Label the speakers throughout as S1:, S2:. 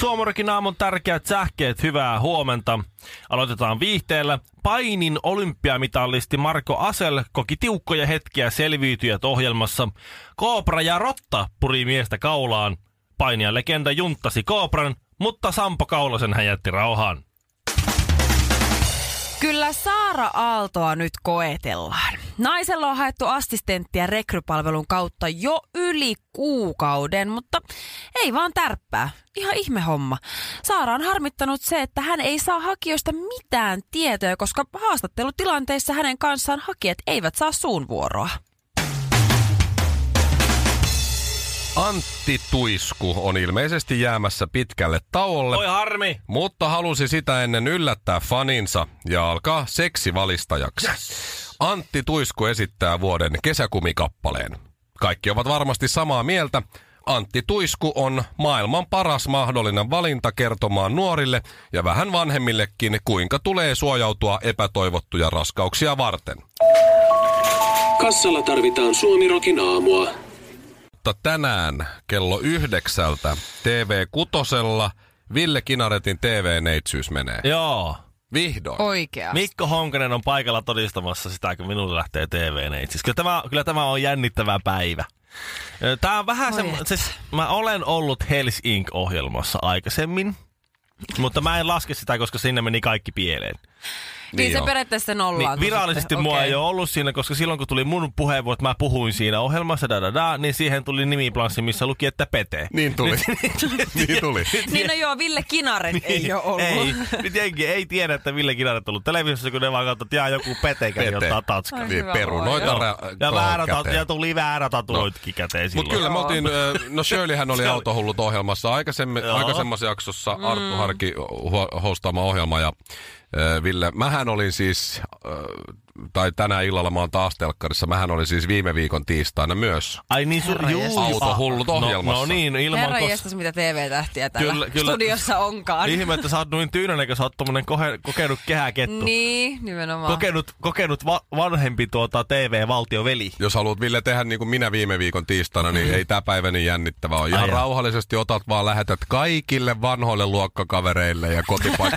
S1: Suomorokin aamun tärkeät sähkeet, hyvää huomenta. Aloitetaan viihteellä. Painin olympiamitallisti Marko Asel koki tiukkoja hetkiä selviytyjät ohjelmassa. Koopra ja Rotta puri miestä kaulaan. Painijan legenda junttasi Koopran, mutta Sampo Kaulosen hän jätti rauhaan.
S2: Kyllä Saara Aaltoa nyt koetellaan. Naisella on haettu assistenttia rekrypalvelun kautta jo yli kuukauden, mutta ei vaan tärppää. Ihan ihme homma. Saara on harmittanut se, että hän ei saa hakijoista mitään tietoa, koska haastattelutilanteissa hänen kanssaan hakijat eivät saa suun vuoroa.
S3: Antti Tuisku on ilmeisesti jäämässä pitkälle tauolle,
S1: Oi harmi!
S3: mutta halusi sitä ennen yllättää faninsa ja alkaa seksivalistajaksi. Antti Tuisku esittää vuoden kesäkumikappaleen. Kaikki ovat varmasti samaa mieltä. Antti Tuisku on maailman paras mahdollinen valinta kertomaan nuorille ja vähän vanhemmillekin, kuinka tulee suojautua epätoivottuja raskauksia varten.
S4: Kassalla tarvitaan Suomirokin aamua.
S3: mutta tänään kello yhdeksältä TV6 Ville Kinaretin TV-neitsyys menee.
S1: Joo.
S3: Vihdoin.
S2: Oikea.
S1: Mikko Honkanen on paikalla todistamassa sitä, kun minulle lähtee tv neitsis. Kyllä tämä, kyllä tämä on jännittävä päivä. Ö, Tää on vähän
S2: Voi
S1: se,
S2: et.
S1: siis mä olen ollut Hells Inc-ohjelmassa aikaisemmin, mutta mä en laske sitä, koska sinne meni kaikki pieleen.
S2: niin se
S3: on.
S2: periaatteessa nollaan.
S1: Niin, virallisesti mua ei ole ollut siinä, koska silloin kun tuli mun puheenvuoro, että mä puhuin siinä ohjelmassa, da, da, da, niin siihen tuli nimiplanssi, missä luki, että Pete.
S3: Niin tuli. niin tuli.
S2: Niin no joo, Ville Kinaret ei ole ollut.
S1: Niin, Ei, nyt jengi ei tiedä, että Ville Kinaret on ollut televisiossa, kun ne vaan katsovat, että jaa, joku Pete kävi
S3: Pete.
S1: ottaa tatskan.
S2: Ai
S3: Niin,
S2: hyvä
S3: perunoita
S1: Joo. No.
S3: ra-
S1: Ja,
S3: tuohon
S1: väärä tatu,
S3: käteen.
S1: ja tuli väärä tatuointikin käteen silloin.
S3: Mut kyllä me
S2: Joo.
S3: oltiin, ö, no Shirleyhän oli
S1: Se oli-
S3: autohullut ohjelmassa aikaisemmin,
S1: Joo.
S3: aikaisemmassa jaksossa Arttu Harki ho- hostaama ohjelma ja ö, Ville, mähän olin siis, ö, tai tänä illalla mä oon taas telkkarissa, mähän olin siis viime viikon tiistaina myös.
S1: Ai niin, sun juu.
S3: Autohullut
S1: No-
S3: ohjelmassa.
S1: No, niin, ilman
S2: Herran
S1: kos...
S2: jestas, mitä TV-tähtiä täällä
S1: Kyllä, kyllä.
S2: studiossa onkaan.
S1: Ihme, että sä oot noin tyynänen, kun sä oot tommonen kohe, kokenut kehäkettu.
S2: Niin, nimenomaan.
S1: Kokenut, kokenut va- vanhempi tuota TV-valtioveli.
S3: jos haluat Ville tehdä niin kuin minä viime viikon tiistaina, niin ei tämä päivä niin jännittävää ole. Ihan
S1: Mm-hmm. Ai jaa.
S3: rauhallisesti otat vaan, lähetät kaikille vanhoille luokkakavereille ja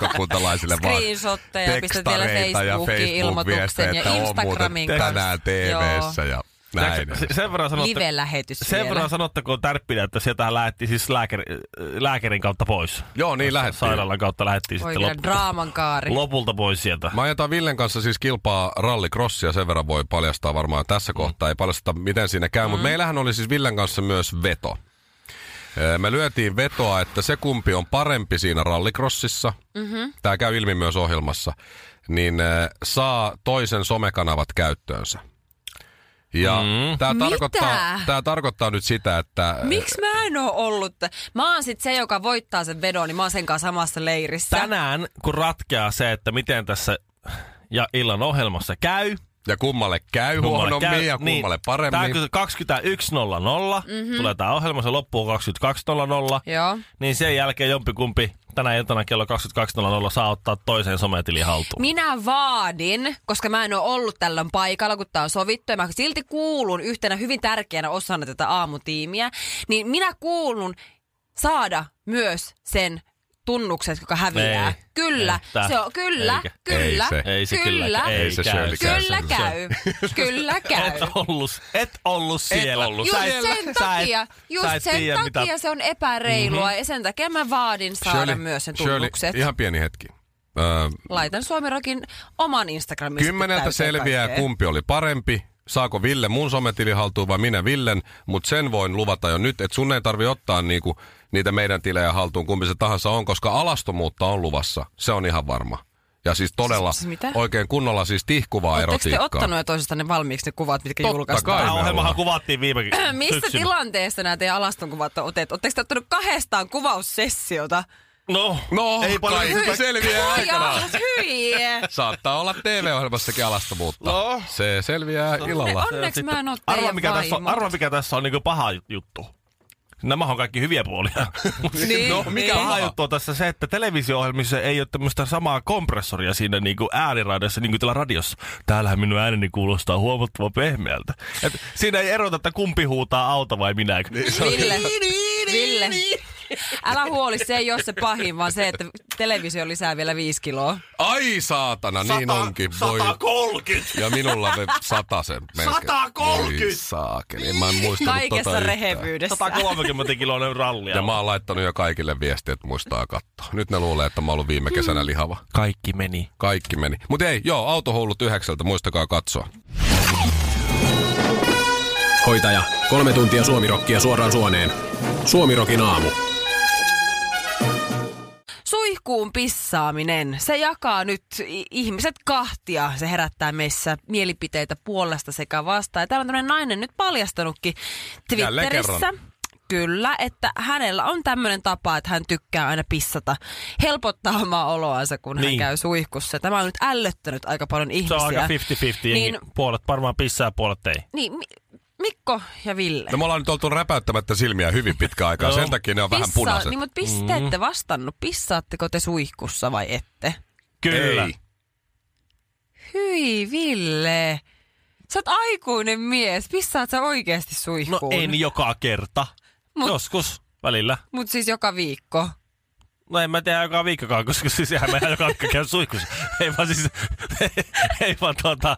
S3: kotipaikkakuntalaisille vaan
S2: Screenshotteja, pistät vielä
S3: tekstareita ja
S2: Facebookiin
S3: Facebook-viestejä,
S2: ilmoituksen ja
S3: että on muuten
S2: Instagramin kanssa.
S3: tänään TV-ssä ja näin.
S1: Se- Sen verran sanotta,
S2: Live-lähetys
S1: sen
S2: vielä.
S1: verran sanottakoon tärppinä, että sieltä lähti siis lääkäri, lääkärin kautta pois.
S3: Joo, niin lähettiin.
S1: Sairaalan kautta lähti sitten
S2: Oikein
S1: lop-
S2: draaman kaari.
S1: lopulta pois sieltä.
S3: Mä ajetaan Villen kanssa siis kilpaa rallikrossia, sen verran voi paljastaa varmaan tässä
S2: Mm.
S3: kohtaa. Ei paljasteta, miten siinä käy, mutta meillähän oli siis Villen kanssa myös veto. Öö, Me lyötiin vetoa, että se kumpi on parempi siinä rallikrossissa, mm-hmm. tämä käy ilmi myös ohjelmassa, niin öö, saa toisen somekanavat käyttäönsä. Ja mm. tämä,
S2: Mitä?
S3: tarkoittaa, tämä tarkoittaa nyt sitä, että...
S2: Miksi mä en oo ollut? tä- Mä oon sit se, joka voittaa sen vedon, niin mä oon sen kanssa samassa leirissä.
S1: Tänään, kun ratkeaa se, että miten tässä ja illan ohjelmassa käy,
S3: Ja kummalle käy
S1: Kummalle
S3: huonommin
S1: käy- niin.
S3: ja kummalle paremmin.
S1: Tää kun 21.00,
S2: Mhm.
S1: mm-hmm. tulee tämä ohjelma, se loppuu 22.00.
S2: Joo.
S1: Niin sen jälkeen jompikumpi tänä iltana kello 22.00 saa ottaa toisen sometilin haltuun.
S2: Minä vaadin, koska mä en oo ollut tällöin paikalla, kun tää on sovittu, ja mä silti kuulun yhtenä hyvin tärkeänä osana tätä aamutiimiä, niin minä kuulun saada myös sen tunnukset, joka häviää.
S1: Ei.
S2: kyllä,
S1: Että.
S2: se on, kyllä,
S1: Eikä.
S2: kyllä,
S3: Ei se.
S1: Ei se kyllä
S2: kyllä,
S1: käy.
S3: Ei se
S1: käy.
S3: Shirley käy.
S2: kyllä käy, kyllä käy.
S1: Et ollut, et ollut siellä.
S3: ollut
S2: Just
S1: Sä et-
S2: sen
S1: sä et-
S2: takia, just
S1: sä et
S2: sen
S1: tiedä, Mhm.
S2: takia se on epäreilua ja sen takia mä vaadin saada
S3: Shirley,
S2: myös sen
S3: Shirley,
S2: tunnukset.
S3: ihan pieni hetki. Öö,
S2: Laitan Suomirokin oman Instagramin.
S3: Kymmeneltä selviää, kumpi oli parempi. Saako Ville mun sometilin haltuun vai minä Villen, mutta sen voin luvata jo nyt, että sun ei tarvi ottaa niinku niitä meidän tilejä haltuun, kumpi se tahansa on, koska alastomuutta on luvassa. Se on ihan varma. Ja siis todella
S2: Siis mitä?
S3: oikein kunnolla siis tihkuvaa
S2: Oletteko te
S3: erotiikkaa.
S2: ottanut jo toisesta ne valmiiksi ne kuvat, mitkä
S3: Totta
S2: julkaistaan?
S3: kai.
S1: Tämä
S3: me
S1: ohjelmahan
S3: ollaan.
S1: kuvattiin viime
S2: Mistä
S1: syksynä.
S2: tilanteesta nämä teidän alastonkuvat on otettu? Oletteko te ottanut kahdestaan kuvaussessiota?
S1: No,
S3: No,
S1: ei paljon
S3: kaikki selviää
S2: Ai jaa,
S3: aikanaan.
S2: hyi!
S3: Saattaa olla TV-ohjelmassakin alastomuutta.
S1: No.
S3: Se selviää
S2: Ne
S3: illalla.
S2: Onneksi
S1: Sitten-
S2: mä en oo
S1: arvaa,
S2: teidän
S1: mikä tässä on,
S2: vaimo.
S1: arvaa, mikä tässä on niinku paha juttu. Nämä on kaikki hyviä puolia.
S2: Niin,
S3: no, mikä
S2: niin.
S3: on
S1: paha
S3: paha?
S1: juttu on tässä se, että televisio-ohjelmissa ei ole tämmöistä samaa kompressoria siinä niinku ääniraidassa niin kuin täällä radiossa. Täällähän minun ääneni kuulostaa huomattavan pehmeältä. Et siinä ei erota, että kumpi huutaa auta vai minäkö.
S3: Niin,
S2: Ville. Ville. Älä huoli, se ei ole se pahin, vaan se, että televisio lisää vielä viisi kiloa.
S3: Ai saatana, niin onkin. Voi.
S1: 130!
S3: Ja minulla me satasen melkein.
S1: 130.
S3: Voi saakeli, mä en muistanut
S2: Kaikessa
S3: tota yhtään.
S2: rehevyydessä.
S1: 130 kiloinen rallia.
S3: Ja mä oon laittanut jo kaikille viestiä, että muistaa katsoa. Nyt ne luulee, että mä oon ollut viime
S2: Mm.
S3: kesänä lihava.
S1: Kaikki meni.
S3: Kaikki meni. Mutta ei, joo, autohullut yhdeksältä, muistakaa katsoa.
S5: Hoitaja, kolme tuntia suomirokkia suoraan suoneen. Suomirokin aamu.
S2: Suihkuun pissaaminen, se jakaa nyt i- ihmiset kahtia. Se herättää meissä mielipiteitä puolesta sekä vastaan. Ja täällä on tämmöinen nainen nyt paljastanutkin
S3: Jälleen
S2: Twitterissä.
S3: kerran.
S2: Kyllä, että hänellä on tämmöinen tapa, että hän tykkää aina pissata. Helpottaa omaa oloansa, kun hän
S1: Niin.
S2: käy suihkussa. Tämä on nyt ällöttänyt aika paljon
S1: Se
S2: ihmisiä.
S1: on aika 50-50. Niin.
S2: Niin,
S1: Puolet varmaan pissää, puolet ei.
S2: niin, Mi- Mikko ja Ville.
S3: No me ollaan nyt oltu räpäyttämättä silmiä hyvin pitkä aikaa,
S1: Joo.
S3: sen takia ne on vähän
S2: Pissaa-
S3: punaiset.
S2: Niin, mutta pis- te ette vastannut. Pissaatteko te suihkussa vai ette?
S1: Kyllä.
S3: Ei.
S2: Hyi Ville. Sä oot aikuinen mies. Pissaat sä oikeasti
S1: No
S2: suihkuun?
S1: en joka kerta.
S2: Mut-
S1: Joskus välillä.
S2: Mut siis joka viikko.
S1: No en mä tiedä joka viikkokaan, koska siis eihän mä joka viikko käy suihkussa. Ei vaan siis, ei, ei vaan tuota,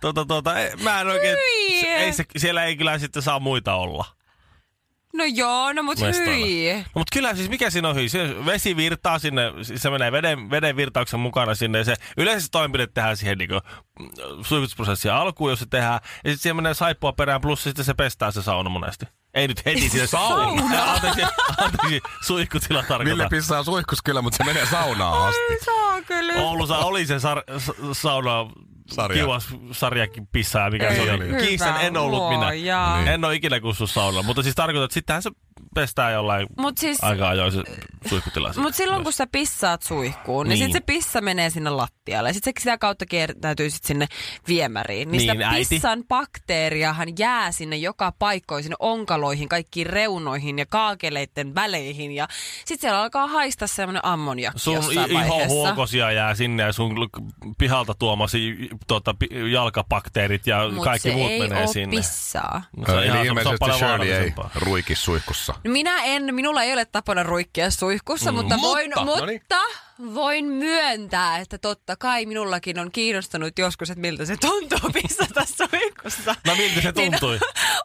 S1: tuota, tuota, ei- mä en oikein,
S2: Hyi.
S1: se, ei se, siellä ei kyllä sitten saa muita olla.
S2: No joo, no mut
S1: mestoilla.
S2: hyi.
S1: No, mutta kyllä siis mikä siinä on hyi? Se vesi virtaa sinne, siis se menee veden, veden virtauksen mukana sinne. Ja se yleensä se toimenpide tehdään siihen niin suihkutusprosessin alkuun, jos se tehdään. Ja sitten siihen menee saippua perään, plus sitten se pestää se sauna monesti. Ei nyt heti sinne sauna. Anteeksi, anteeksi suihkutila
S3: Ville
S1: tarkoittaa.
S3: pissaa suihkus kyllä, mutta se menee saunaan asti.
S2: Saa kyllä.
S1: Oulussa oli se sar- sa- sauna
S3: Sarja.
S1: kiuas sarjakin pissaa, mikä
S3: Ei,
S1: se
S3: hyvä
S1: oli. Kiistän en ollut minä.
S2: luoja.
S3: Niin.
S1: En ole ikinä kussut saunalla, mutta siis tarkoitan, että sittenhän se pestää jollain
S2: Mut siis...
S1: aika ajoin se suihkutila. siinä.
S2: Mut silloin kun sä pissaat suihkuun, niin,
S1: Niin.
S2: niin sit se pissa menee sinne lattialle. Ja sit se sitä kautta kiertäytyy sit sinne viemäriin.
S1: Niin,
S2: Niin, sitä
S1: äiti.
S2: pissan bakteeriahan jää sinne joka paikkoihin, sinne onkaloihin, kaikkiin reunoihin ja kaakeleiden väleihin. Ja sit siellä alkaa haista semmonen ammoniakki
S1: Sun
S2: jossain
S1: iho
S2: vaiheessa.
S1: huokosia jää sinne ja sun l- pihalta tuomasi tuota, pi- jalkabakteerit ja
S2: Mut
S1: kaikki
S2: se
S1: muut
S2: ei
S1: menee
S2: oo
S1: sinne.
S2: pissaa.
S1: No,
S3: Eli
S1: ihan-
S3: ilmeisesti Shirley ei
S1: vaarallisempaa.
S3: ruiki suihkussa.
S2: No Minä en, minulla ei ole tapana ruikkia suihkussa, mm, mutta, voin,
S3: mutta,
S2: mutta
S3: no niin.
S2: voin myöntää, että totta kai minullakin on kiinnostanut joskus, että miltä se tuntuu pissata suihkussa.
S1: No miltä se
S2: Niin.
S1: tuntui?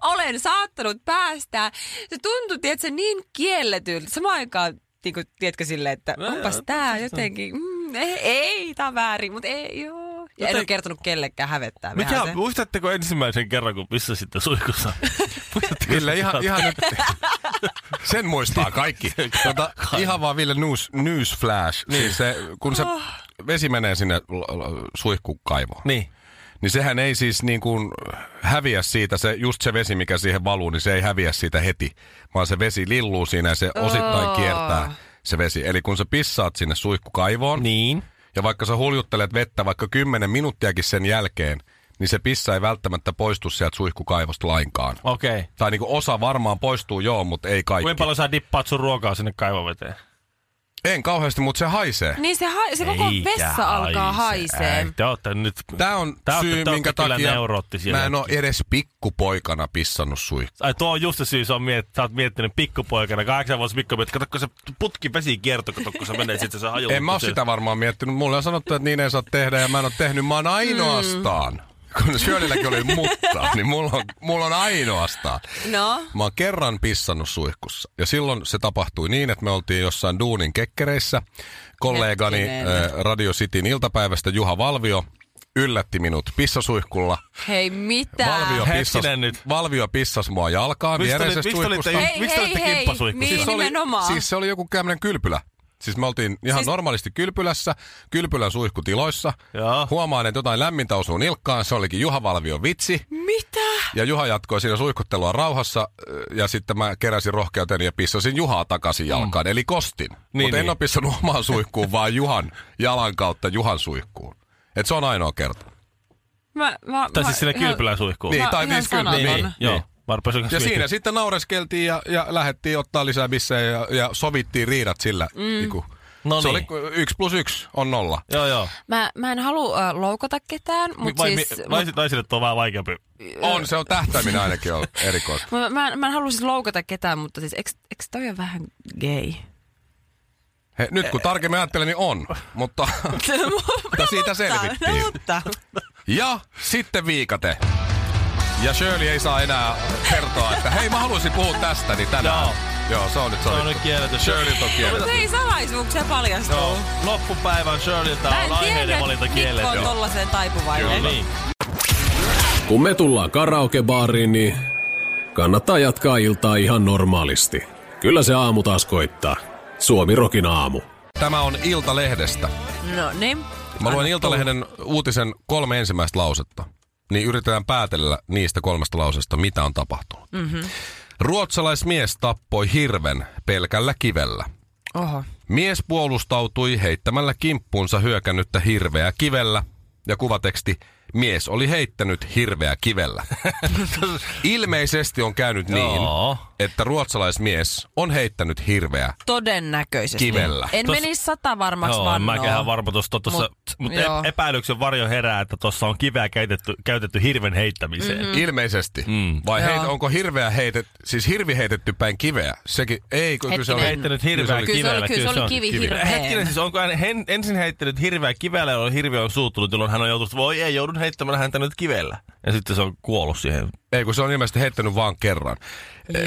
S2: olen saattanut päästää. Se tuntui, tiedätkö, niin kielletyltä. Samaan aikaan, niin kuin, tiedätkö, silleen, että
S1: No
S2: onpas
S1: joo,
S2: tää jotenkin, mm, ei, ei tää on väärin, mutta ei, joo. Ja en
S1: Joten-
S2: ole kertonut kellekään hävettää.
S1: Mikä,
S2: vähän se.
S1: muistatteko ensimmäisen kerran, kun pissasitte suihkussa? Muistatteko
S3: Ville,
S1: sitä?
S3: ihan, ihan nyt... Sen muistaa kaikki. Tota, ihan vaan Ville news, newsflash. Niin. Siis se, kun se vesi menee sinne l- l- suihkukaivoon, niin.
S1: Niin.
S3: niin sehän ei siis niin kuin häviä siitä, se, just se vesi, mikä siihen valuu, niin se ei häviä siitä heti, vaan se vesi lilluu siinä ja se osittain
S2: Oh.
S3: kiertää se vesi. Eli kun sä pissaat sinne suihkukaivoon,
S1: Niin.
S3: ja vaikka sä huljuttelet vettä vaikka 10 minuuttiakin sen jälkeen, niin se pissa ei välttämättä poistu sieltä suihkukaivosta lainkaan.
S1: Okei. Okay.
S3: Tai niinku osa varmaan poistuu joo, mutta ei kaikki.
S1: Kuinka paljon sä dippaat sun ruokaa sinne kaivoveteen?
S3: En kauheasti, mutta se haisee.
S2: Niin se, ha- se koko
S1: Eikä
S2: vessa alkaa
S1: haise.
S2: haisee.
S1: Ei, Te ootte nyt...
S3: Tämä on
S1: Tää ootte-
S3: syy,
S1: te ootte
S3: minkä
S1: kyllä
S3: takia
S1: neuroottisia
S3: mä en ole
S1: hetkiä.
S3: edes pikkupoikana pissannut suihkuun.
S1: Ai tuo on just se syy, sä, on miet, sä oot miettinyt pikkupoikana, kahdeksan vuotta pikkupoikana, että kato, kun se putki vesi kierto, kato, kun se menee, sitten se hajuu.
S3: En mä ole sitä varmaan miettinyt. Mulle on sanottu, että niin ei saa tehdä ja mä en ole tehnyt. Mä oon
S2: Mm.
S3: ainoastaan. Mm. Kun Shirleylläkin oli mutta, niin mulla on, mulla on ainoastaan.
S2: No.
S3: Mä oon kerran pissannut suihkussa. Ja silloin se tapahtui niin, että me oltiin jossain duunin kekkereissä. Kollegani
S2: Hetkinen.
S3: eh, Radio Cityn iltapäivästä Juha Valvio yllätti minut pissasuihkulla.
S2: Hei, mitä?
S3: Valvio
S1: Hetkinen
S3: pissas,
S1: nyt.
S3: Valvio pissas mua jalkaan
S1: Miksi te oli-
S3: viereisestä
S1: miksi te olitte
S3: suihkusta. Siis
S1: ju-
S2: Hei,
S1: Miksi te
S2: hei,
S1: olette
S2: hei.
S1: kimppasuihkussa?
S2: Niin,
S3: se oli,
S2: nimenomaan.
S3: siis se oli joku kämmenen kylpylä. Siis me oltiin ihan siis... normaalisti kylpylässä, kylpylän suihkutiloissa.
S1: Joo.
S3: Huomaan, että jotain lämmintä osuu nilkkaan, se olikin Juha Valvion vitsi.
S2: Mitä?
S3: Ja Juha jatkoi siinä suihkuttelua rauhassa, ja sitten mä keräsin rohkeuteni ja pissasin Juhaa takaisin jalkaan, mm. eli kostin. Niin, Mutta en
S1: niin.
S3: ole pissannut omaan suihkuun, vaan Juhan jalan kautta Juhan suihkuun. Et se on ainoa kerta.
S2: Mä, mä,
S1: Tai
S2: mä,
S1: siis sinne
S2: ihan-
S1: kylpylän suihkuun.
S3: Niin,
S2: Mä
S3: tai
S2: ihan
S3: siis kyllä.
S2: sanaton.
S3: Niin.
S1: Joo. Mä rupesin
S3: Ja
S1: kanssa
S3: siinä
S1: miettimään.
S3: sitten naureskeltiin ja, ja lähdettiin ottaa lisää bissejä ja, ja sovittiin riidat sillä. Mm. Iku.
S1: No
S3: se
S1: niin.
S3: oli yksi plus yksi on nolla.
S1: Joo, joo.
S2: Mä, mä en halua uh, loukata ketään,
S1: Mut
S2: mutta
S1: Vai,
S2: siis...
S1: mi- naiset, naisille tuo on vähän vaikeampi.
S3: On, se on tähtäimin ainakin ollut erikoista.
S2: Mä, mä, en- mä en halua siis loukata ketään, mutta siis eikö, eikö toi ole vähän gay?
S3: He, nyt kun tarkemmin ajattelen, niin on. Mutta, mutta siitä selvittiin.
S2: No, mutta.
S3: Ja sitten viikate. Ja Shirley ei saa enää kertoa, että hei mä haluaisin puhua tästä, niin tänään.
S1: Joo.
S3: Joo, se on nyt
S1: Se on
S3: sovittu.
S1: nyt kielletty.
S3: Shirley on
S2: Mut siis
S3: kielletty.
S2: ei salaisuuksia paljastuu.
S1: Joo. Loppupäivän Shirleyltä
S2: Mä en
S1: on aiheiden
S2: tiennyt,
S1: valinta
S2: että Mikko on
S1: kielletty.
S2: tollaseen taipuvainen.
S1: Niin.
S5: Kun me tullaan karaokebaariin, niin kannattaa jatkaa iltaa ihan normaalisti. Kyllä se aamu taas koittaa. Suomi Rokin aamu.
S3: Tämä on Iltalehdestä.
S2: No niin.
S3: Mä luen Iltalehden uutisen kolme ensimmäistä lausetta. Niin yritetään päätellä niistä kolmesta lausesta, mitä on tapahtunut. Mm-hmm. Ruotsalaismies tappoi hirven pelkällä kivellä.
S2: Oho.
S3: Mies puolustautui heittämällä kimppuunsa hyökännyttä hirveä kivellä. Ja kuvateksti, mies oli heittänyt hirveä kivellä. Ilmeisesti on käynyt niin,
S1: Joo.
S3: että ruotsalaismies on heittänyt hirveä
S2: Todennäköisesti.
S3: Kivellä.
S2: En
S1: Tos-
S2: menisi sata varmaksi
S1: Joo, en
S2: vannoa.
S1: mäkään varma tuossa, tuossa
S2: Mut,
S1: mutta
S2: joo.
S1: epäilyksen varjo herää, että tuossa on kiveä käytetty, käytetty hirven heittämiseen. Mm-hmm.
S3: Ilmeisesti. Mm. Vai
S2: Joo.
S3: heit, onko hirveä heitet, siis hirvi heitetty päin kiveä? Sekin, ei, kun kyllä se on
S2: Hetkinen.
S1: Heittänyt
S3: Kyllä se
S1: hirveä
S3: oli-
S2: Kyllä se
S1: kivellä.
S2: oli, kyllä se oli kivi
S3: kivellä.
S2: hirveä.
S1: Hetkinen, siis onko hän hen, ensin heittänyt hirveä kivellä, jolloin hirvi on suuttunut, jolloin hän on joutunut, voi ei, joudun heittämään häntä nyt kivellä. Ja sitten se on kuollut siihen.
S3: Ei, kun se on ilmeisesti heittänyt vaan kerran.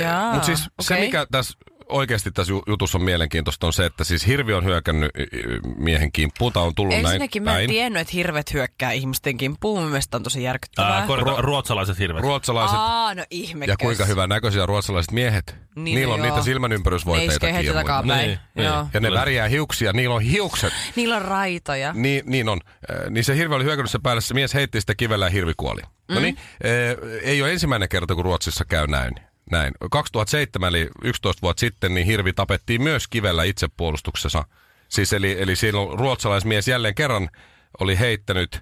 S2: Jaa,
S3: Mutta siis okay. se,
S2: okei.
S3: mikä tässä oikeasti tässä ju- jutussa on mielenkiintoista, on se, että siis hirvi on hyökännyt y- y- miehen kimppuun. Tää on tullut
S2: Ensinnäkin mä
S3: näin.
S2: en
S3: näin.
S2: tiennyt, että hirvet hyökkää ihmisten kimppuun. Mun mielestä on tosi järkyttävää.
S1: Ää, korjata, ruotsalaiset hirvet.
S3: Ruotsalaiset
S2: Aa, no ihme.
S3: ja kuinka hyvän näköisiä ruotsalaiset miehet.
S2: Niin,
S3: Niin, niillä on
S2: joo.
S3: niitä
S2: Ne
S3: silmänympärysvoiteita
S2: iskee heti takapäin.
S1: Niin,
S2: Niin, Joo.
S1: niin.
S3: Ja ne
S1: Kyllä.
S3: värjää hiuksia, niillä on hiukset.
S2: Niillä on raitoja.
S3: Niin, niin on. Äh, Niin se hirvi oli hyökännyt sen päälle, se mies heitti sitä kivellä ja hirvi kuoli. Mm. No niin, äh, ei ole ensimmäinen kerta, kun Ruotsissa käy näin. näin. 2007, eli 11 vuotta sitten, niin hirvi tapettiin myös kivellä itsepuolustuksessa. Siis eli, eli silloin ruotsalaismies jälleen kerran oli heittänyt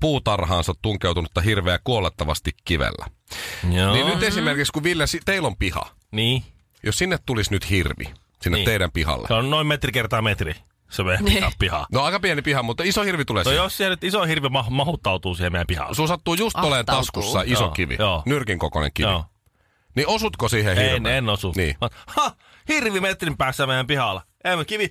S3: puutarhaansa tunkeutunutta hirveä kuolettavasti kivellä.
S1: Joo. Mm-hmm.
S3: Niin nyt esimerkiksi, kun Ville, si- teillä on piha.
S1: Niin.
S3: Jos sinne tulisi nyt hirvi, sinne
S1: Niin.
S3: niin. teidän pihalle.
S1: Se on noin metri kertaa metri, se meidän
S2: Niin.
S1: piha. piha.
S3: No aika pieni piha, mutta iso hirvi tulee
S1: No
S3: sinne.
S1: jos siellä nyt iso hirvi ma- mahuttautuu siihen meidän pihaan.
S3: Sulla sattuu just oleen
S2: Ahtautuu.
S3: taskussa iso
S1: Joo,
S3: kivi,
S1: joo.
S3: nyrkin kokoinen kivi.
S1: Joo.
S3: Niin osutko siihen
S1: En,
S3: hirveän?
S1: en osu.
S3: Niin.
S1: Mä- Ha, hirvi metrin päässä meidän pihalla. Ei, mut kivi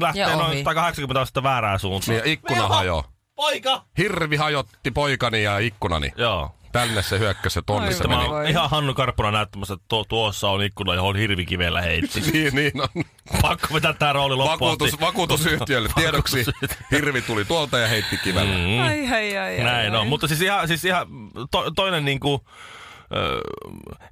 S1: lähtee
S2: Ja
S1: noin
S2: ohi.
S1: 180 astetta väärään suuntaan.
S3: Niin, ja ikkuna
S1: Vilma,
S3: hajoaa.
S1: Poika!
S3: Hirvi hajotti poikani ja ikkunani.
S1: Joo.
S3: Tänne se hyökkäsi ja tonne
S2: Ai
S3: se
S2: voi.
S3: meni.
S1: Mä oon ihan Hannu Karppuna näyttämässä, että tuo, tuossa on ikkuna, johon hirvi kivellä heitti.
S3: Niin, niin on.
S1: Pakko vetää tää rooli loppuun.
S3: Vakuutus,
S1: asti.
S3: vakuutusyhtiölle tiedoksi. Hirvi tuli tuolta ja heitti kivellä. Mm.
S2: Ai, ai, ai, ai,
S1: Näin on, mutta siis ihan, siis ihan to, toinen niinku... öö,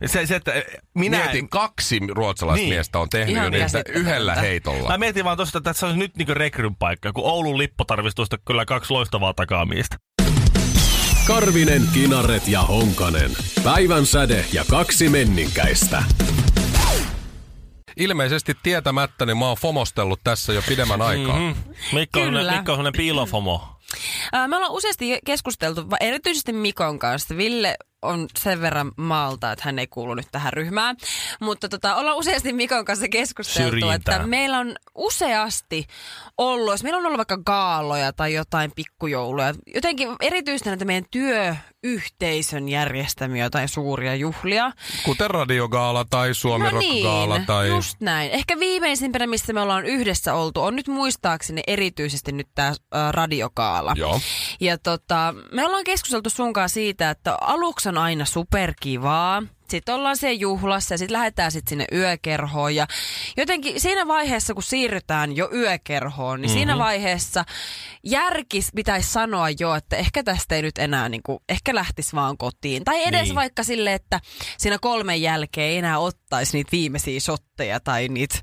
S1: Se, se, että minä...
S3: Mieti, kaksi ruotsalaista
S1: Niin.
S3: niin. miestä on tehnyt
S2: Ihan
S3: jo niitä
S2: käsittämätöntä.
S3: yhdellä
S1: Mä
S3: heitolla.
S1: mietin vaan tosta, että tässä on nyt niinku rekryn paikka, kun Oulun lippu tarvitsisi tuosta kyllä kaksi loistavaa takaamiestä.
S5: Karvinen, Kinaret ja Honkanen. Päivän säde ja kaksi menninkäistä.
S3: Ilmeisesti tietämättä, niin mä oon fomostellut tässä jo pidemmän aikaa.
S1: Mhm.
S3: Mm-hmm.
S1: Mikko on,
S2: Kyllä.
S1: semmonen- Mikko on semmonen piilofomo.
S2: Ää, Me ollaan useasti keskusteltu, va- erityisesti Mikon kanssa. Ville on sen verran maalta, että hän ei kuulu nyt tähän ryhmään. Mutta tota, ollaan useasti Mikon kanssa keskusteltu,
S1: Syrjintää.
S2: että meillä on useasti ollut, jos meillä on ollut vaikka gaaloja tai jotain pikkujouluja, jotenkin erityisesti näitä meidän työyhteisön järjestämiä jotain suuria juhlia.
S3: Kuten radiogaala tai Suomi
S2: No
S3: Rock Gaala
S2: niin,
S3: tai...
S2: just näin. Ehkä viimeisimpänä, missä me ollaan yhdessä oltu, on nyt muistaakseni erityisesti nyt tämä radiokaala.
S3: Joo.
S2: Ja tota, me ollaan keskusteltu sunkaan siitä, että aluksi on aina superkivaa. Sitten ollaan siellä juhlassa ja sitten lähdetään sitten sinne yökerhoon. Ja jotenkin siinä vaiheessa, kun siirrytään jo yökerhoon, niin mm-hmm. siinä vaiheessa järkis pitäisi sanoa jo, että ehkä tästä ei nyt enää, niin kuin, ehkä lähtisi vaan kotiin. Tai edes
S1: Niin.
S2: niin. vaikka sille, että siinä kolmen jälkeen ei enää ottaisi niitä viimeisiä shotteja tai niitä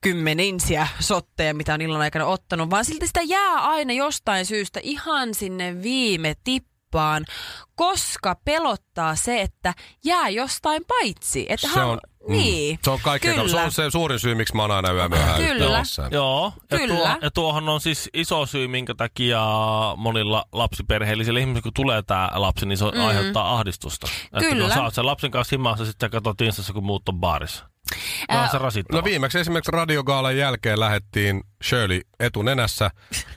S2: kymmeninsiä sotteja, mitä on illan aikana ottanut, vaan silti sitä jää aina jostain syystä ihan sinne viime tippaan, koska pelottaa se, että jää jostain paitsi. Että
S3: Se on, mm.
S2: niin,
S3: se on kaikkien
S2: kyllä.
S3: kanssa. Se on se suurin syy, miksi mä oon aina yö myöhään
S2: Kyllä.
S3: yhteydessä.
S1: Joo, ja,
S2: Kyllä.
S1: Tuo, ja tuohon on siis iso syy, minkä takia monilla lapsiperheellisillä ihmisillä, kun tulee tämä lapsi, niin se mm. aiheuttaa ahdistusta. Että kun
S2: Mm-hmm. Kyllä.
S1: sä oot sen lapsen kanssa himassa, sitten sä katsot instassa, kun muut on baarissa. Tämä on se rasittava.
S3: No viimeksi esimerkiksi radiogaalan jälkeen lähettiin Shirley etunenässä.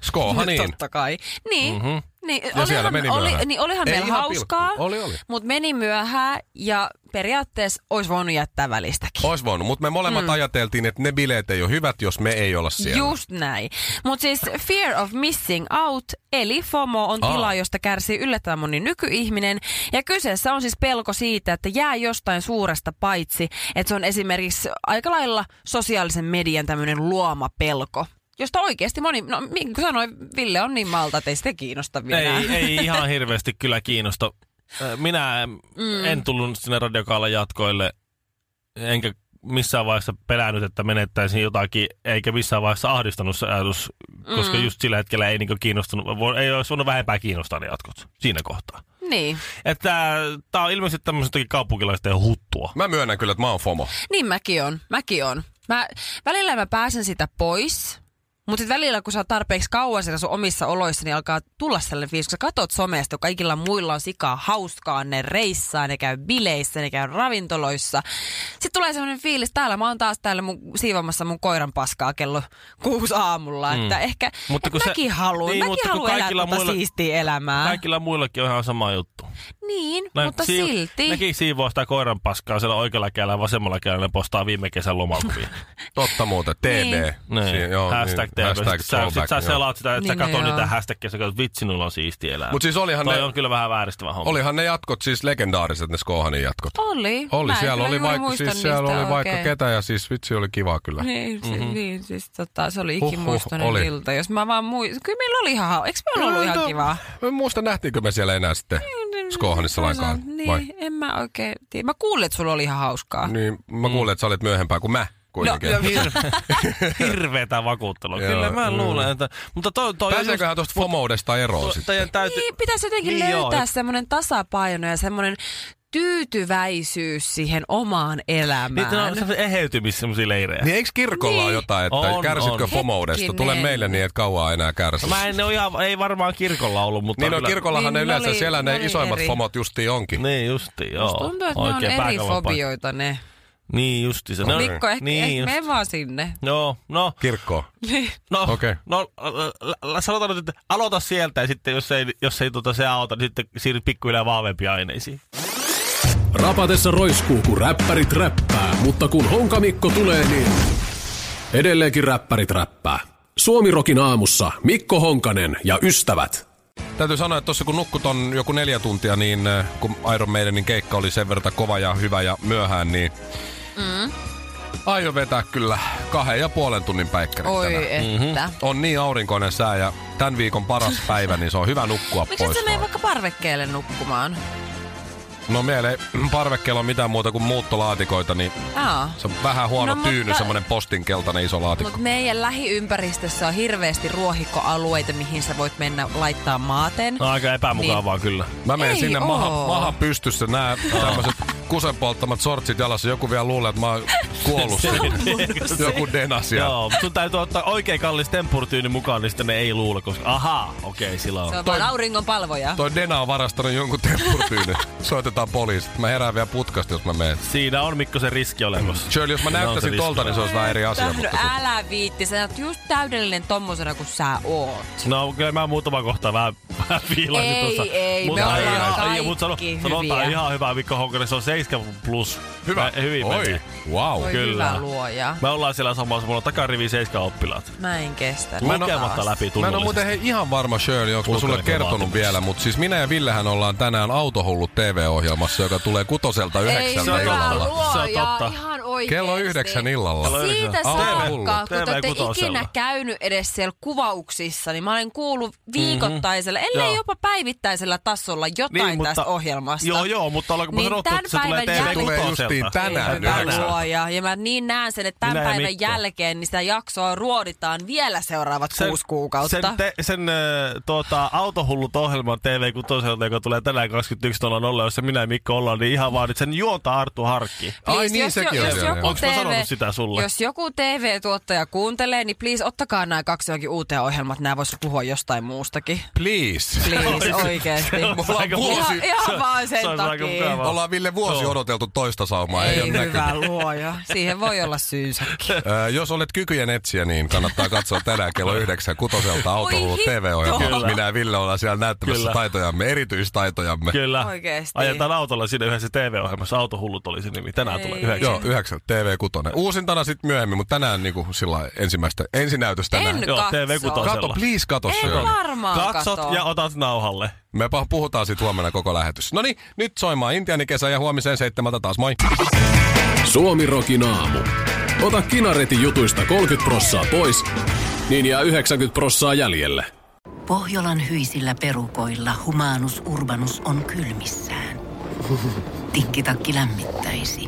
S3: Skoha niin.
S2: Totta kai. Niin. Mm-hmm. Niin,
S3: Ja siellä meni
S2: oli,
S3: myöhään.
S2: niin olihan
S3: Ei
S2: meillä
S3: ihan
S2: hauskaa,
S3: pilkku. Oli, oli.
S2: mutta meni myöhään ja periaatteessa olisi voinut jättää välistäkin.
S3: Ois voinut, mutta me molemmat mm. ajateltiin, että ne bileet ei ole hyvät, jos me ei olla siellä.
S2: Just näin. Mutta siis fear of missing out, eli FOMO on
S3: Aa.
S2: tila, josta kärsii yllättävän moni nykyihminen. Ja kyseessä on siis pelko siitä, että jää jostain suuresta paitsi. Että se on esimerkiksi aika lailla sosiaalisen median tämmöinen luoma pelko. Josta oikeasti moni, no niin kuin sanoin, Ville on niin malta, että ei sitä kiinnosta vielä.
S1: Ei, ei ihan hirveästi kyllä kiinnosta. Ö, Minä mm. en tullut sinne radiokaalan jatkoille, enkä missään vaiheessa pelännyt, että menettäisin jotakin, eikä missään vaiheessa ahdistanut se ajatus, koska
S2: Mm.
S1: just sillä hetkellä ei niinku kiinnostunut, voi- ei olisi voinut vähempää kiinnostaa ne jatkot siinä kohtaa.
S2: Niin.
S1: Että tämä on ilmeisesti tämmöistäkin kaupunkilaisten huttua.
S3: Mä myönnän kyllä, että mä oon FOMO.
S2: Niin mäkin on, mäkin on. Mä, välillä mä pääsen sitä pois, mutta sit välillä kun sä oot tarpeeksi kauan siellä sun omissa oloissa, niin alkaa tulla sellainen fiilis, kun sä katot somesta, kun kaikilla muilla on sikaa hauskaa, ne reissaa, ne käy bileissä, ne käy ravintoloissa. Sitten tulee sellainen fiilis, täällä mä oon taas täällä mun, siivomassa mun koiran paskaa kello kuusi aamulla, mm. että ehkä
S1: Mutta
S2: mutta
S1: kun
S2: kun
S1: se-
S2: mäkin haluan,
S1: niin,
S2: niin, mäkin
S1: mutta kun
S2: haluan elää
S1: kaikilla
S2: tuota muilla...
S1: muilla-
S2: siistiä elämää. Kaikki...
S1: Kaikilla muillakin on ihan sama juttu.
S2: Niin,
S1: Näin,
S2: mutta
S1: siiv-
S2: silti.
S1: No, Nekin siivoo sitä koiran paskaa siellä oikealla kädellä ja vasemmalla kädellä ne postaa viime kesän lomakuvia.
S3: Totta muuten, TD.
S1: Niin.
S3: Siinä,
S1: joo, hashtag niin, hashtag sä, sit sä
S3: joo.
S1: selaat sitä, että sä
S2: Nimenomaan.
S1: katot niitä hashtagia, sä katsot, vitsi, niillä on siistiä elämä.
S3: Mut siis olihan
S1: Toi
S3: ne-
S1: on kyllä vähän vääristävä homma.
S3: Olihan ne jatkot siis legendaariset, ne Skohanin jatkot.
S2: Oli.
S3: Oli,
S2: Mä en
S3: siellä
S2: kyllä
S3: oli,
S2: juuri
S3: vaikka,
S2: muista
S3: siis siellä
S2: niistä
S3: oli vaikka
S2: oikein.
S3: ketä ja siis vitsi oli kiva kyllä.
S2: Niin, mm-hmm. niin siis tota, se oli
S3: Huh, huh,
S2: ikimuistoinen
S3: oli.
S2: oli. ilta. Jos mä vaan muistan, kyllä meillä oli ihan, hau- eikö meillä ollut ihan kivaa? Mm,
S3: Mä en muista, nähtiinkö me siellä enää sitten Skohanissa lainkaan.
S2: Niin,
S3: vai?
S2: en mä oikein tiedä. Mä kuulin, että sulla oli ihan hauskaa.
S3: Niin,
S2: Mm.
S3: mä kuulin, että sä olit myöhempää kuin mä kuitenkin.
S2: No,
S1: Ja
S2: niin.
S1: hirve- Hirveetä vakuuttelua.
S3: Joo,
S1: Kyllä mä
S3: mm.
S1: luulen, että... Mutta toi, toi on just-
S3: Pääseeköhän tuosta FOMOudesta eroon sitten?
S1: teidän täytyy...
S2: Niin, pitäisi jotenkin
S1: Niin
S2: niin
S1: joo,
S2: löytää
S1: et-
S2: semmoinen tasapaino ja semmoinen tyytyväisyys siihen omaan elämään.
S1: Niitä niin, no, on semmoisia eheytymis semmoisia leirejä.
S3: Niin eikö kirkolla niin. ole jotain, että
S1: On,
S3: on, kärsitkö
S1: on.
S3: on. FOMOudesta? Tule
S2: Hetkinen.
S3: meille niin, että kauan enää kärsi.
S1: No Mä en ole ihan, ei varmaan kirkolla ollut, mutta...
S3: Niin no
S1: kyllä-
S3: kirkollahan
S2: Niin,
S3: ne
S2: ne
S3: yleensä,
S2: oli-
S3: siellä
S2: ne
S3: ne
S2: oli
S3: isoimmat
S2: eri.
S3: FOMot justiin onkin.
S1: Niin justi, joo.
S2: Musta tuntuu, että
S1: Oikein
S2: ne on eri
S1: pääkallopaikka.
S2: fobioita ne.
S1: Niin justi se.
S2: No, Mikko, ehkä,
S1: niin,
S2: niin,
S1: just.
S2: ehkä me vaan sinne.
S1: Joo, no,
S3: Kirkkoon.
S1: no,
S3: Okei.
S1: no l- l- l- sanotaan nyt, että aloita sieltä ja sitten jos ei, jos ei tota se auta, niin sitten siirry pikkuhiljaa vahvempiin aineisiin.
S5: Rapatessa roiskuu, kun räppärit räppää, mutta kun Honkamikko tulee, niin edelleenkin räppärit räppää. Suomirokin aamussa Mikko Honkanen ja ystävät.
S3: Täytyy sanoa, että tuossa kun nukkut on joku neljä tuntia, niin äh, kun Iron Maidenin keikka oli sen verran kova ja hyvä ja myöhään, niin mm. aion vetää kyllä kahden ja puolen tunnin päikkärin
S2: Oi,
S3: tänään.
S2: että.
S3: On niin aurinkoinen sää ja tämän viikon paras päivä, niin se on hyvä nukkua
S2: Miksi et
S3: pois.
S2: sä mene
S3: vaan.
S2: vaikka parvekkeelle nukkumaan?
S3: No meillä ei parvekkeella ole mitään muuta kuin muuttolaatikoita, niin
S2: Aa.
S3: se on vähän huono
S2: No,
S3: tyyny,
S2: mutta-
S3: semmoinen postin keltainen iso laatikko.
S2: Mutta meidän lähiympäristössä on hirveästi ruohikkoalueita, mihin sä voit mennä laittaa maaten.
S1: No aika epämukavaa niin. kyllä.
S3: Mä menen
S2: Ei
S3: sinne
S2: oo.
S3: maha, maha pystyssä, nää tämmöiset kusen polttamat sortsit jalassa. Joku vielä luulee, että mä oon kuollut sinne. Joku denas ja-
S1: Joo, mut sun täytyy ottaa oikein kallis tempurtyyni mukaan, niin sitten ne ei luule, koska ahaa, okei, okay, sillä on.
S2: Se on
S3: Toi-
S2: vaan auringon palvoja.
S3: Toi Dena on varastanut jonkun temppurtyynyn. Soitetaan poliisit. Mä herään vielä putkasta, jos mä menen.
S1: Siinä on Mikko se riski olemassa.
S3: Shirley, jos mä
S1: Siinä on
S3: näyttäisin
S1: se
S3: tolta,
S1: riski.
S3: niin se olisi vähän eri asia.
S2: Tähdy,
S3: Mutta kun...
S2: älä viitti, sä oot just täydellinen tommosena kuin sä oot.
S1: No kyllä mä muutama kohta vähän, vähän fiilasin
S2: Ei,
S1: tuossa.
S2: ei, me ollaan kaikki
S1: sano-
S2: hyviä.
S1: sanotaan ihan hyvä Mikko Honkanen, se on 7 plus.
S3: Hyvä.
S1: Mä, hyvin
S3: Oi,
S1: menee.
S3: wow.
S2: Voi
S1: Kyllä.
S2: hyvä luoja.
S1: Me ollaan siellä samassa, mulla on takarivi 7 oppilaat.
S2: Mä en kestä.
S3: Mä en oo-
S1: Lukematta läpi
S3: Mä en ole
S1: tunnollisesti.
S3: muuten hei, ihan varma, Shirley, onko mä sulle
S1: Lukee ne
S3: kertonut
S1: vaatimus.
S3: vielä, mutta siis minä ja Villehän ollaan tänään Autohullut TV-ohjelmassa, joka tulee kutoselta
S2: Ei
S3: yhdeksältä
S1: hyvä
S2: hyvä
S3: illalla.
S1: Se on
S2: luoja,
S1: totta.
S2: ihan oikeesti.
S3: Kello yhdeksän illalla.
S1: Kello
S2: Siitä
S1: yhdeksän.
S2: saakka,
S3: Hullu.
S2: kun
S1: TV
S2: te olette
S1: kutosella.
S2: ikinä käynyt edes siellä kuvauksissa, niin mä olen kuullut viikoittaisella, mm-hmm. ellei
S1: Joo.
S2: jopa päivittäisellä tasolla jotain niin,
S1: mutta-
S2: tästä ohjelmasta.
S1: Joo, joo, mutta ollaanko me
S2: Niin
S1: sanottu,
S2: tän
S1: että se tulee
S2: päivän
S1: TV
S2: jälkeen-
S3: Tulee justiin
S1: kutoselta?
S3: tänään
S2: Hyvä
S1: yhdeksältä.
S2: luoja. Ja mä niin näen sen, että tämän
S1: Minä ja
S2: päivän
S1: Mikko.
S2: jälkeen niin sitä jaksoa ruoditaan vielä seuraavat sen, kuusi kuukautta.
S1: Sen, te, sen ö, tuota, autohullut ohjelman TV Kutoselta, joka tulee tänään 21.00, jossa minä ja Mikko ollaan, niin ihan vaan nyt sen juonta Arttu Harkki.
S3: Ai
S2: Please,
S3: niin, sekin on
S2: jos
S3: siellä,
S2: joku
S3: joo.
S1: Onks mä sanonut sitä sulle?
S2: Jos joku TV-tuottaja kuuntelee, niin please ottakaa nämä kaksi johonkin uuteen ohjelmat. Nämä vois puhua jostain muustakin.
S3: Please.
S2: Please, oikeesti.
S1: Se olisi
S3: Mulla on
S1: aika
S3: vuosi-
S2: Ihan, ihan vaan
S1: se
S2: sen
S1: olisi aika
S2: takia.
S1: mukavaa.
S3: Ollaan Ville vuosi
S1: Joo.
S3: odoteltu toista saumaa. Ei,
S2: Ei
S3: ole näkynyt.
S2: hyvä luoja. Siihen voi olla syynsäkin.
S3: Ö, jos olet kykyjen etsiä, niin kannattaa katsoa tänään kello yhdeksän kutoselta autohullu
S2: hitto.
S3: TV-ohjelma.
S1: Kyllä.
S3: Minä ja Ville ollaan siellä näyttämässä
S1: Kyllä.
S3: taitojamme, erityistaitojamme.
S1: Kyllä.
S2: Oikeesti.
S1: Ajetaan autolla sinne yhdessä TV-ohjelmassa. Autohullut oli se nimi. Tänään
S2: Ei.
S1: tulee yhdeksän.
S3: Joo, yhdeksän, TV6. Uusintana sitten myöhemmin, mutta tänään niinku sillä ensimmäistä, ensinäytös tänään.
S2: En
S1: Joo,
S2: katso.
S1: TV kutosella.
S3: Kato, please kato se.
S2: En varmaan
S1: Katsot
S2: kato.
S1: ja otat nauhalle.
S3: Me pa- puhutaan sitten huomenna koko lähetys. No niin, nyt soimaan Intiani kesä ja huomiseen seitsemältä taas. Moi!
S5: Suomi Rokin aamu. Ota kinaretin jutuista 30 prossaa pois, niin jää 90 prossaa jäljelle.
S6: Pohjolan hyisillä perukoilla humanus urbanus on kylmissään. Tikkitakki lämmittäisi.